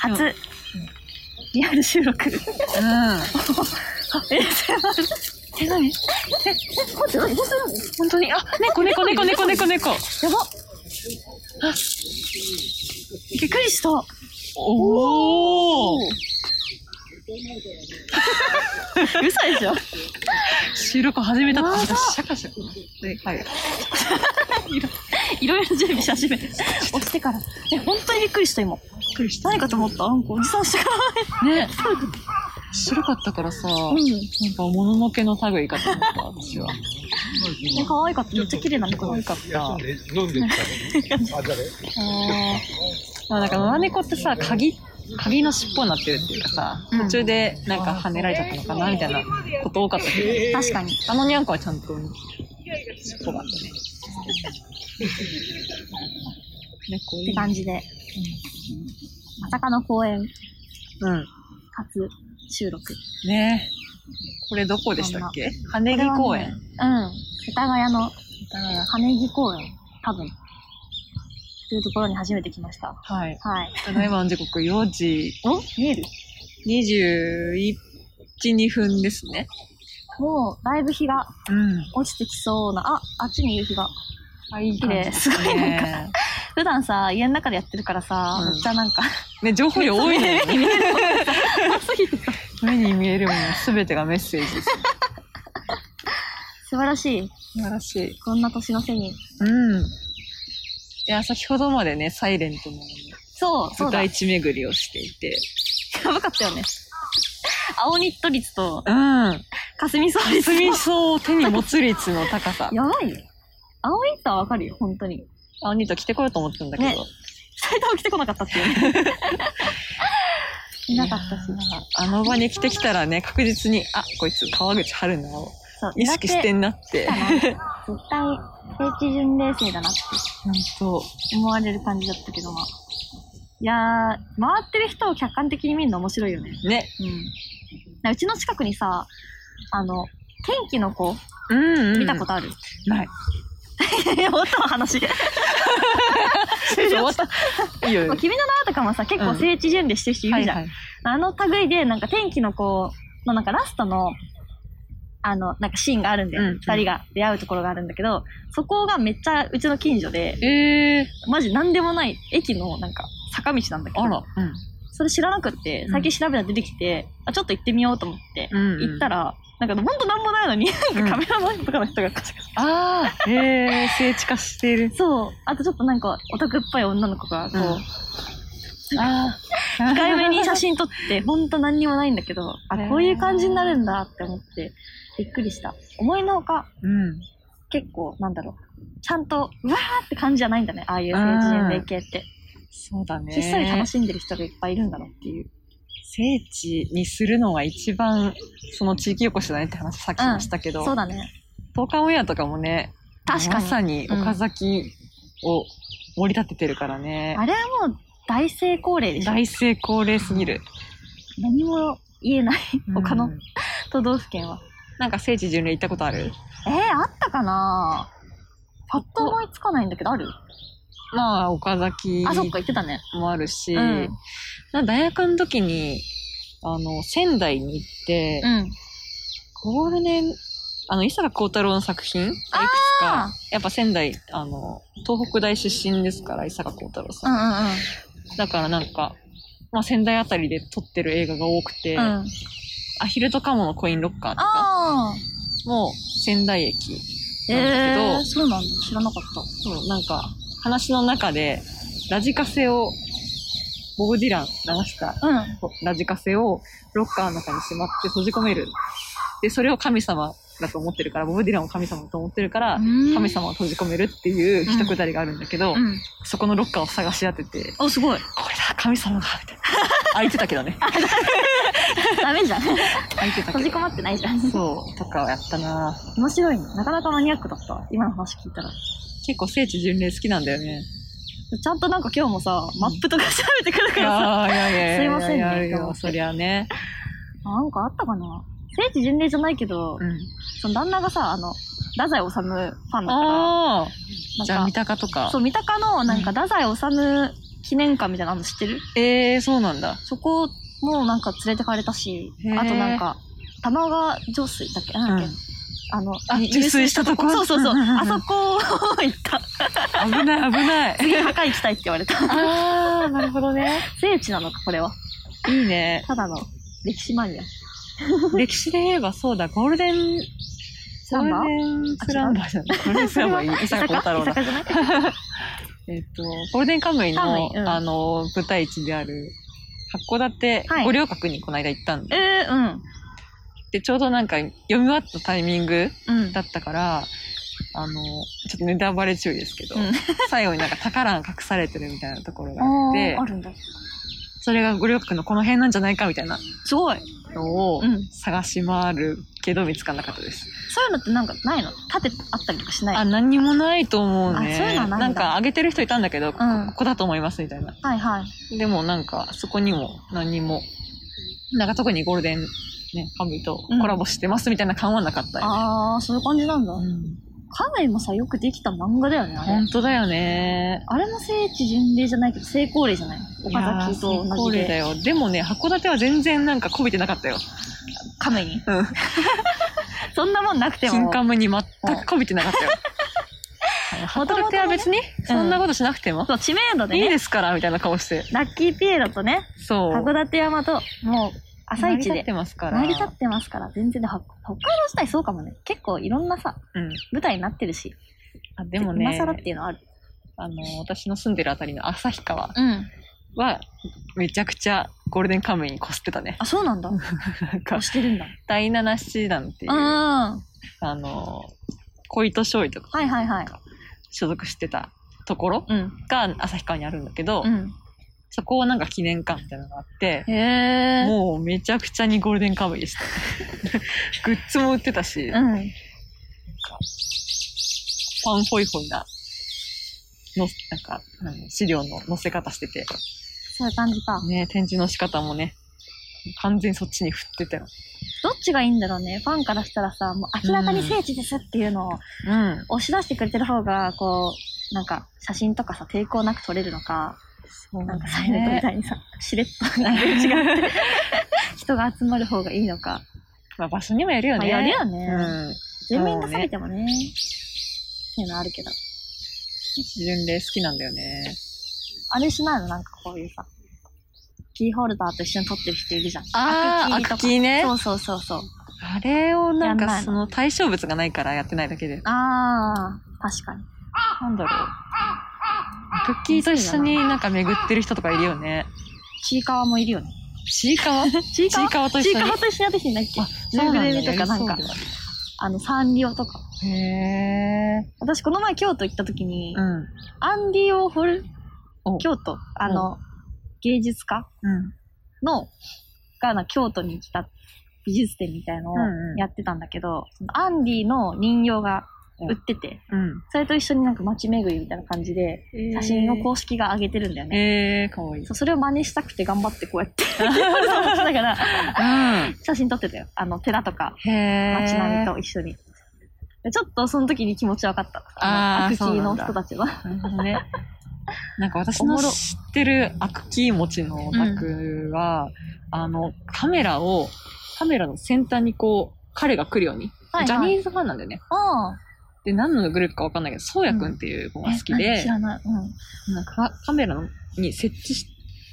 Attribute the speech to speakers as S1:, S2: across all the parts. S1: 初、リアル収録。え、
S2: う
S1: すいません。え、何え、え、待って、何どうするの本当に、あ、猫、猫、猫、猫、猫、
S2: 猫。
S1: やば。あ、びっくりした。
S2: おお。
S1: 嘘でしょ
S2: 収録始めたって
S1: やば
S2: シャカシャカ。はい。
S1: いろいろ準備し始めて、押してから。え、本当にびっくりした、今。
S2: びっくりし
S1: 何かと思ったあんこ、おじさんしてから。
S2: た。ね。白かったからさ、
S1: う
S2: なん
S1: ん。
S2: かもののけの類かと思った、私は。
S1: 可愛かった。めっちゃ綺麗な猫だ
S2: 可愛
S1: った。
S2: かった。
S3: 飲んでたのあ、誰
S2: あーまあなんか野良猫ってさ鍵鍵の尻尾になってるっていうかさ
S1: うん
S2: 途中でなんか跳ねられちゃったのかなみたいなこと多かったけど
S1: 確かに。
S2: あのにゃんこはちゃんと尻尾があったね猫い
S1: って
S2: い
S1: 感じで。まさかの公演、
S2: うん
S1: 初収録。
S2: ねこれどこでしたっけ羽根木公
S1: う
S2: 園
S1: ん。世田谷の羽木公園、多分。というところに初めて来ました。
S2: はい
S1: はい。
S2: ただいまの時刻4時
S1: お見える
S2: 21 2分ですね
S1: もう、だいぶ日が
S2: うん
S1: 落ちてきそうな、あ、あっちに夕日が。
S2: いい感じです
S1: 綺麗すごいなん
S2: ね
S1: 普段さ、家の中でやってるからさ、
S2: うん
S1: めっちゃなんか、
S2: ね情報量多いね
S1: 見えるもんがさ多すぎてさ
S2: 目に見えるもの全てがメッセージです。
S1: 素晴らしい。
S2: 素晴らしい。
S1: こんな年の瀬に。
S2: うん。いや、先ほどまでね、サイレントの
S1: そう、そう
S2: 舞
S1: だ。
S2: 台
S1: や
S2: 地巡りをしていて。
S1: ばかったよね。青ニット率と、
S2: うん。
S1: 霞草率
S2: 霞
S1: と。
S2: 草を手に持つ率の高さ。
S1: やばいよ。青ニットはわかるよ、本当に。
S2: あ、ニート来てこようと思ってたんだけど。
S1: ね埼玉来てこなかったっていうね。 いなかったし。
S2: いやーあの場に来てきたらね、確実に、あ、こいつ川口春奈を
S1: そう、
S2: 意識してんなって。
S1: 絶対、聖地巡礼生だなって
S2: 本当
S1: 思われる感じだったけど、まあ。いやー、回ってる人を客観的に見るの面白いよね。
S2: ね。
S1: うん。なうちの近くにさ、あの、天気の子、
S2: うん、
S1: 見たことある、
S2: ない。
S1: いや、終わったわ、話。
S2: 終
S1: 終
S2: わ
S1: わ
S2: っ。
S1: った
S2: いいよいいよ。
S1: 君の名はとかもさ、結構聖地巡礼してる人いるじゃん。
S2: い。
S1: あの類で、なんか天気の子のなんかラストの、あの、なんかシーンがあるんだ
S2: うんう
S1: よ。
S2: ん
S1: 二、人が出会うところがあるんだけど、そこがめっちゃうちの近所で、
S2: えー、
S1: マジなんでもない駅のなんか坂道なんだけど、
S2: あら。うん。
S1: それ知らなくって、最近調べたら出てきて、あ、ちょっと行ってみようと思って、
S2: うんうん
S1: 行ったら、なんかほんとなんもないのに、なんかカメラマンとかの人がカチャカチ
S2: ああ、ええー、聖地化して いる。
S1: ャ。 そう。あとちょっとなんかオタクっぽい女の子が、こう、
S2: うんああ、
S1: 控えめに写真撮 って、ほんと何にもないんだけど、あ、こういう感じになるんだって思って、びっくりした。思いのほか、
S2: うん。
S1: 結構、なんだろう。ちゃんと、うわーって感じじゃないんだね。ああいう政治年齢系って。
S2: そうだね。
S1: ひっそり楽しんでる人がいっぱいいるんだなっていう。
S2: 聖地にするのが一番、その地域おこしだねって話さっきもしたけど、
S1: そうだね。
S2: 東海オンエアとかもね、
S1: 確か
S2: ま
S1: に。
S2: さに岡崎を盛り立ててるからね
S1: あ。れはもう大成功例でしょ。
S2: 大成功例すぎる。
S1: 何も言えない。 他の
S2: うん
S1: 都道府県は。
S2: なんか聖地巡礼行ったことある
S1: えー、あったかなパッと思いつかないんだけど、ある
S2: まあ、岡崎
S1: あ、そっか、言ってたね。
S2: もあるし、
S1: うん
S2: なんか大学の時に、あの、仙台に行って、
S1: うん。
S2: ゴールデン、あの、伊坂幸太郎の作品がいくつ
S1: あ
S2: か、やっぱ仙台、あの、東北大出身ですから、伊坂幸太郎
S1: う
S2: さ
S1: ん
S2: ん。
S1: うん
S2: だからなんか、まあ仙台あたりで撮ってる映画が多くて、
S1: うん。うん。
S2: アヒルとカモのコインロッカーとか
S1: ああ。
S2: も仙台駅。
S1: え
S2: なんだけど
S1: えー、そうなんだ。知らなかった。
S2: そうなんか、話の中で、ラジカセを、ボブ・ディラン流した
S1: うん。
S2: ラジカセをロッカーの中にしまって閉じ込める。で、それを神様だと思ってるから、ボブ・ディランを神様だと思ってるから、神様を閉じ込めるっていう一くだりがあるんだけど、
S1: うん。
S2: そこのロッカーを探し当てて、
S1: お、すごい。
S2: これだ、神様だ、みたいな。開いてたけどね。
S1: ダメじ ゃん。閉
S2: 開いてたけ
S1: じ
S2: ど。
S1: 込まってないじゃん。
S2: そう、とかをやったな
S1: 面白いね。なかなかマニアックだったわ。今の話聞いたら。
S2: 結構聖地巡礼好きなんだよね。
S1: ちゃんとなんか今日もさ、マップとか調べてくる
S2: い
S1: からさ。
S2: やーいやいやい
S1: す
S2: や。
S1: いませんね
S2: やる
S1: と思
S2: よ、
S1: って
S2: そりゃね。
S1: なんかあったかな聖地巡礼じゃないけど、
S2: うん。
S1: その旦那がさ、あの、太宰治ファンだから、
S2: ああ。じゃ
S1: な
S2: あ、
S1: ん
S2: 三
S1: か、
S2: 鷹とか。
S1: そう、三鷹のなんか太宰治記念館みたいなのあるの知ってる
S2: えー、そうなんだ。
S1: そこもなんか連れてかれたし
S2: へ、ー
S1: あとなんか、玉川上水だっけなんだっけ、
S2: うん
S1: あの、
S2: あ
S1: ゆ
S2: 入水したとこ
S1: そうそうそう。
S2: うんうんうん
S1: あそこを行った。
S2: 危ない、危ない。
S1: 次、墓行きたいって言われた。
S2: あー、なるほどね。
S1: 聖地なのか、これは。
S2: いいね。
S1: ただの歴史マニア。
S2: 歴史で言えばそうだ、ゴールデン、
S1: ランバー
S2: ゴールデンスランバーじゃない。ゴールデンスランバーいい、伊坂幸太郎
S1: 伊
S2: だ。
S1: 坂じゃない
S2: えっと、ゴールデンカムイ
S1: カムイ
S2: の、
S1: うん
S2: あの、舞台地である、函館
S1: はい
S2: 五稜郭にこの間行ったんで、
S1: えー、
S2: でちょうどなんか読み終わったタイミング
S1: うん。うん。
S2: だったから、あの、ちょっとネタバレ注意ですけど、
S1: うん
S2: 最後になんか宝が隠されてるみたいなところがあ
S1: あ
S2: って
S1: ーあ、るんだ。
S2: それが五稜郭のこの辺なんじゃないかみたいな
S1: すごい。
S2: のを
S1: うん
S2: 探し回るけど見つからなかったです。
S1: そういうのってなんかないの盾あったりとかしない
S2: あ、何にもないと思うね。
S1: あそういうのはないんだ
S2: なんかあげてる人いたんだけど、こ
S1: うん
S2: ここだと思いますみたいな。
S1: はいはい。
S2: でもなんかそこにも何にも、なんか特にゴールデンね、カムイとコラボしてますみたいな感はなかったよね。
S1: ああ、そういう感じなんだ。
S2: うん
S1: かなりもさ、よくできた漫画だよね、あれ
S2: 本。当だよね。
S1: あれも聖地巡礼じゃないけど、成功例じゃない岡崎と同じ
S2: いやー最高齢だ
S1: で。
S2: よ。でもね、函館は全然なんかこびてなかったよ。
S1: カムイに。
S2: うん。
S1: そんなもんなくても。
S2: 金カムに全くこびてな かったよ。
S1: もと
S2: 函
S1: もと
S2: 館
S1: ね
S2: は別にそんなことしなくても、
S1: そう、知名度で
S2: いい
S1: ね。
S2: ですから、みたいな顔して。
S1: ラッキーピエロとね、
S2: そう。
S1: 函館山と、もう、朝
S2: 成り
S1: 一
S2: 立っ
S1: で。
S2: てますから。
S1: 成り立ってますから、全然で、は北海道自体そうかもね。結構いろんなさ、
S2: うん。
S1: 舞台になってるし。
S2: あでもね、
S1: 今更っていうのはある。
S2: あの、私の住んでるあたりの旭川
S1: うん。
S2: は、めちゃくちゃゴールデンカムイにこすってたね。
S1: あ、そうなんだ。
S2: なんか
S1: 押、してるんだ。
S2: 第七師団っていう、
S1: うん。
S2: あ
S1: は
S2: の、小糸醤油とか
S1: いはいはい。
S2: 所属してたところ
S1: うん。
S2: が旭川にあるんだけど、
S1: うん。
S2: そこをなんか記念館みたいなのがあって、
S1: へー。
S2: もうめちゃくちゃにゴールデンカムイ でしたね。グッズも売ってたし、
S1: う
S2: なん
S1: ん。
S2: か、ファンホイホイな、の、なんか、何資料の載せ方してて、
S1: そういう感じか。
S2: ね、展示の仕方もね、完全にそっちに振ってたよ。
S1: どっちがいいんだろうね。ファンからしたらさ、もう明らかに聖地ですっていうのを
S2: うん。
S1: 押し出してくれてる方が、こう、なんか、写真とかさ、抵抗なく撮れるのか、
S2: そう
S1: なんかサイレントみたいにさ、しれっと、なんか違う
S2: 違う。
S1: 人が集まる方がいいのか。
S2: まあ場所にもよるよ
S1: まあ、
S2: ね。
S1: やるよ
S2: う
S1: ね。
S2: ん。
S1: 全面出されてもね。っていうのあるけど。
S2: 巡礼好きなんだよね。
S1: あれしないのなんかこういうさ、キーホルダーと一緒に撮ってる人いるじゃん。
S2: あー
S1: アクキとか
S2: アクキーね
S1: そうそうそうそう。
S2: あれをなん
S1: やんな
S2: か
S1: いの
S2: その対象物がないからやってないだけで。
S1: あー、確かに。
S2: なんだろう。クッキーと一緒になんか巡ってる人とかいるよね。
S1: ちいかわもいるよね。
S2: ちいかわち
S1: ちい
S2: い
S1: かわ
S2: かわと
S1: ちい
S2: 一緒
S1: か
S2: に
S1: わ。と一緒にやってきてんだっけ
S2: あ、
S1: ぬいぐるみとか
S2: そうだ
S1: なん
S2: ね
S1: か。あの、サンリオとか。
S2: へえ。
S1: 私、この前京都行った時に、
S2: うん。
S1: アンディ・オーホル
S2: お、
S1: 京都、あの、芸術家
S2: うん。
S1: の、がな、京都に来た美術展みたいのを
S2: うんうん
S1: やってたんだけど、そのアンディの人形が売ってて、
S2: うん。
S1: それと一緒になんか街巡りみたいな感じで、写真を公式が上げてるんだよね。
S2: えー、かわいい。
S1: そうそれを真似したくて頑張ってこうや って、キーホルダー持ちながら
S2: う
S1: 写真撮ってたよ。あの、寺とか
S2: ん。へー。
S1: 街並みと一緒に。でちょっとその時に気持ち分かった。
S2: あー
S1: アクキー
S2: そうな
S1: の
S2: んだ
S1: 人たちは。
S2: なるほどね。なんか私
S1: お
S2: の
S1: も
S2: 知
S1: ろ
S2: ってるアクキー持ちのオタクは、あの、カメラを、カメラの先端にこう、彼が来るように。
S1: はいはい
S2: ジャニーズファンなんだよね。
S1: あ
S2: で、何のグループかわかんないけど、そうやくんっていう子
S1: あ
S2: が好きで
S1: 知、らない。うん。
S2: なんかカメラに設置し、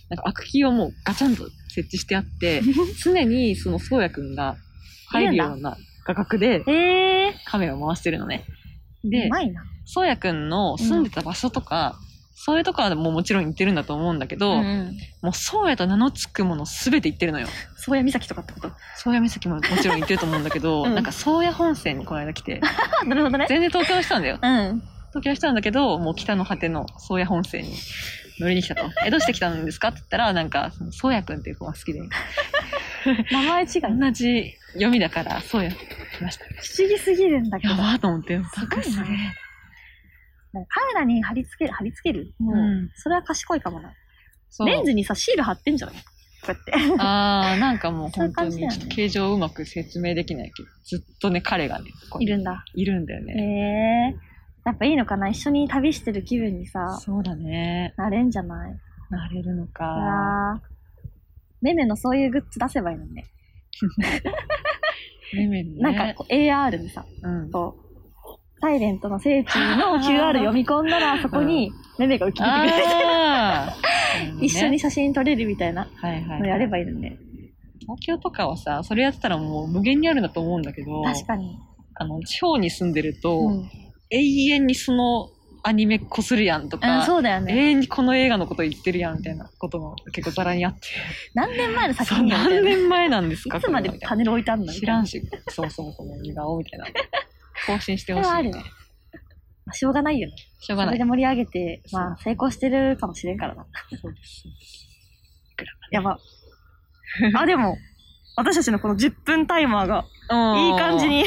S2: なんかアクキーをもうガチャンと設置してあって、常にそのそうやくんが入るような画角で
S1: ええ
S2: カメラを回してるのね。
S1: ー。
S2: で
S1: う、まいな。
S2: そうやくんの住んでた場所とか、そういうとこはもうもちろん行ってるんだと思うんだけど、
S1: うんうん
S2: もうそうやと名の付くものすべて行ってるのよ。
S1: 宗谷岬とかってこと。
S2: 宗谷岬ももちろん行ってると思うんだけど、
S1: うん
S2: なんか宗谷本線にこの間来て、
S1: あなるほ どね。
S2: 全然東京の人なんだよ。
S1: うん。
S2: 東京の人なんだけど、もう北の果ての宗谷本線に乗りに来たと。 え、どうして来たんですかって言ったら、なんか、その宗谷くんっていう子が好きで、
S1: 名前違い。不
S2: 同じ読みだから、宗谷来ました。
S1: 思議すぎるんだけど。
S2: やば
S1: なんか
S2: ーと思って、す
S1: ごいな
S2: すげえ。
S1: カメラに貼り付ける、貼り付ける。もう
S2: うん
S1: それは賢いかもな。
S2: そう
S1: レンズにさ、シール貼ってんじゃないこうやって。
S2: ああ、なんかもう本
S1: そ
S2: 当に、
S1: ういう感じだよね
S2: ちょっと形状をうまく説明できないけど、ずっとね、彼がね、こう
S1: いるんだ。
S2: いるんだよ
S1: へ
S2: ね。
S1: えー。やっぱいいのかな一緒に旅してる気分にさ、
S2: そうだね。
S1: なれんじゃない
S2: なれるのか。
S1: あーめめのそういうグッズ出せばいいのにね。
S2: めめに
S1: な
S2: ね。
S1: んかこう AR にさ、
S2: うん、
S1: こう、サイレントの聖地の QR 読み込んだら、そこにめめが浮き出てくれて、
S2: あ ー
S1: 一緒に、写真撮れるみたいな
S2: はいはい
S1: のやればいいのにね。
S2: 東京とかはさそれやってたらもう無限にあるんだと思うんだけど
S1: 確かに。
S2: あの地方に住んでると、
S1: うん
S2: 永遠にそのアニメこするやんと
S1: うん、
S2: か、
S1: そうだよ
S2: 永
S1: ね。
S2: 遠にこの映画のこと言ってるやんみたいなことも結構ざらにあって
S1: 何年前の作
S2: そう
S1: 品だよみたい
S2: 何
S1: な。い
S2: 年前なんですか
S1: つまで
S2: これみたい
S1: パネル置いてあんの
S2: な知らん
S1: し。
S2: しそもそもその似顔みたいな更新してほし
S1: それはあ
S2: い、
S1: るねまあしょうがないよね。
S2: しょ
S1: そ
S2: うがな
S1: れ
S2: い
S1: で盛り上げて、まあ
S2: そう
S1: 成功してるかもしれんからな。
S2: そうです
S1: や ば。あ、でも、私たちのこの10分タイマーが、
S2: うん
S1: いい感じに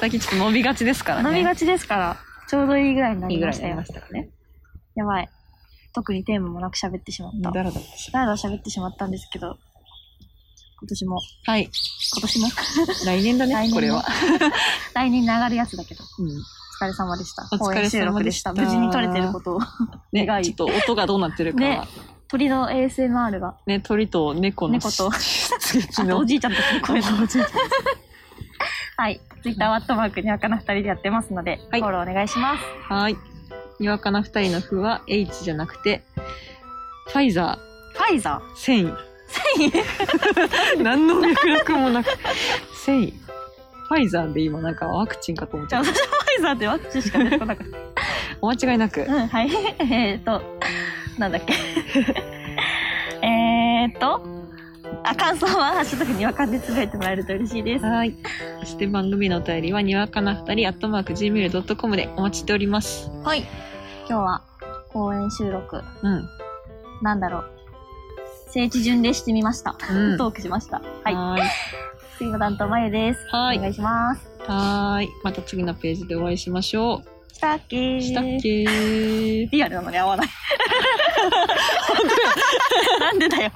S2: 最近ちょっと伸びがちですからね
S1: 飲みがちですから、ちょうどいいぐらいにない
S2: い
S1: り
S2: ぐら
S1: ま
S2: い
S1: し
S2: に
S1: た
S2: なり
S1: よ。
S2: ましたからね
S1: やばい。特にテーマもなく喋ってしまっ
S2: だ
S1: た。
S2: らだ
S1: だ
S2: ら
S1: らだら喋ってしまったんですけど、今年も、
S2: はい
S1: 今年 も、
S2: 来年だね
S1: 来年の
S2: これは、
S1: 来年に上がるやつだけど、
S2: うん
S1: お疲れ様でした。
S2: お
S1: 公
S2: 疲れ様でした
S1: 演収録でした。無事に撮れてる ことを。
S2: ね
S1: 願い
S2: ちょっと音がどうなってるか
S1: ね
S2: ね
S1: 鳥の ASMR が、
S2: 鳥と猫の
S1: 猫と
S2: 出撃
S1: あと
S2: の
S1: おじいちゃんたちの声のおじいちゃん。はい。ツイッターワットマークに赤な二人でやってますので、
S2: はい
S1: フォローお願いします。
S2: はいにわかな二人の「ふ」は H じゃなくてファイザ
S1: ファイザ
S2: ー繊維繊維何の脈絡もなく繊維ファイザーで今なんかワクチンかと思
S1: ー
S2: っち
S1: じゃ
S2: ゃ
S1: あ私はファイザー
S2: った
S1: ってワクチンしか出てこなかった。
S2: お間違いなく
S1: うん、 はい。えーっと、なんだっけ。 えーっと、あ、感想は、ハッシュタグにわかんでつぶやいてもらえると嬉しいです。
S2: はいそして番組のお便りはにわかな二人アットマーク Gmail.com でお待ちしております
S1: はい。今日は、公演収録、
S2: うん
S1: なんだろう。聖地巡礼してみました。
S2: うん
S1: トークしました。はい。
S2: はーい
S1: 次の担当、まゆです。
S2: はーい
S1: お願いします。
S2: はーいまた次のページでお会いしましょう
S1: したっけー
S2: したっけー
S1: リア ルなのに合わない。なんでだよ。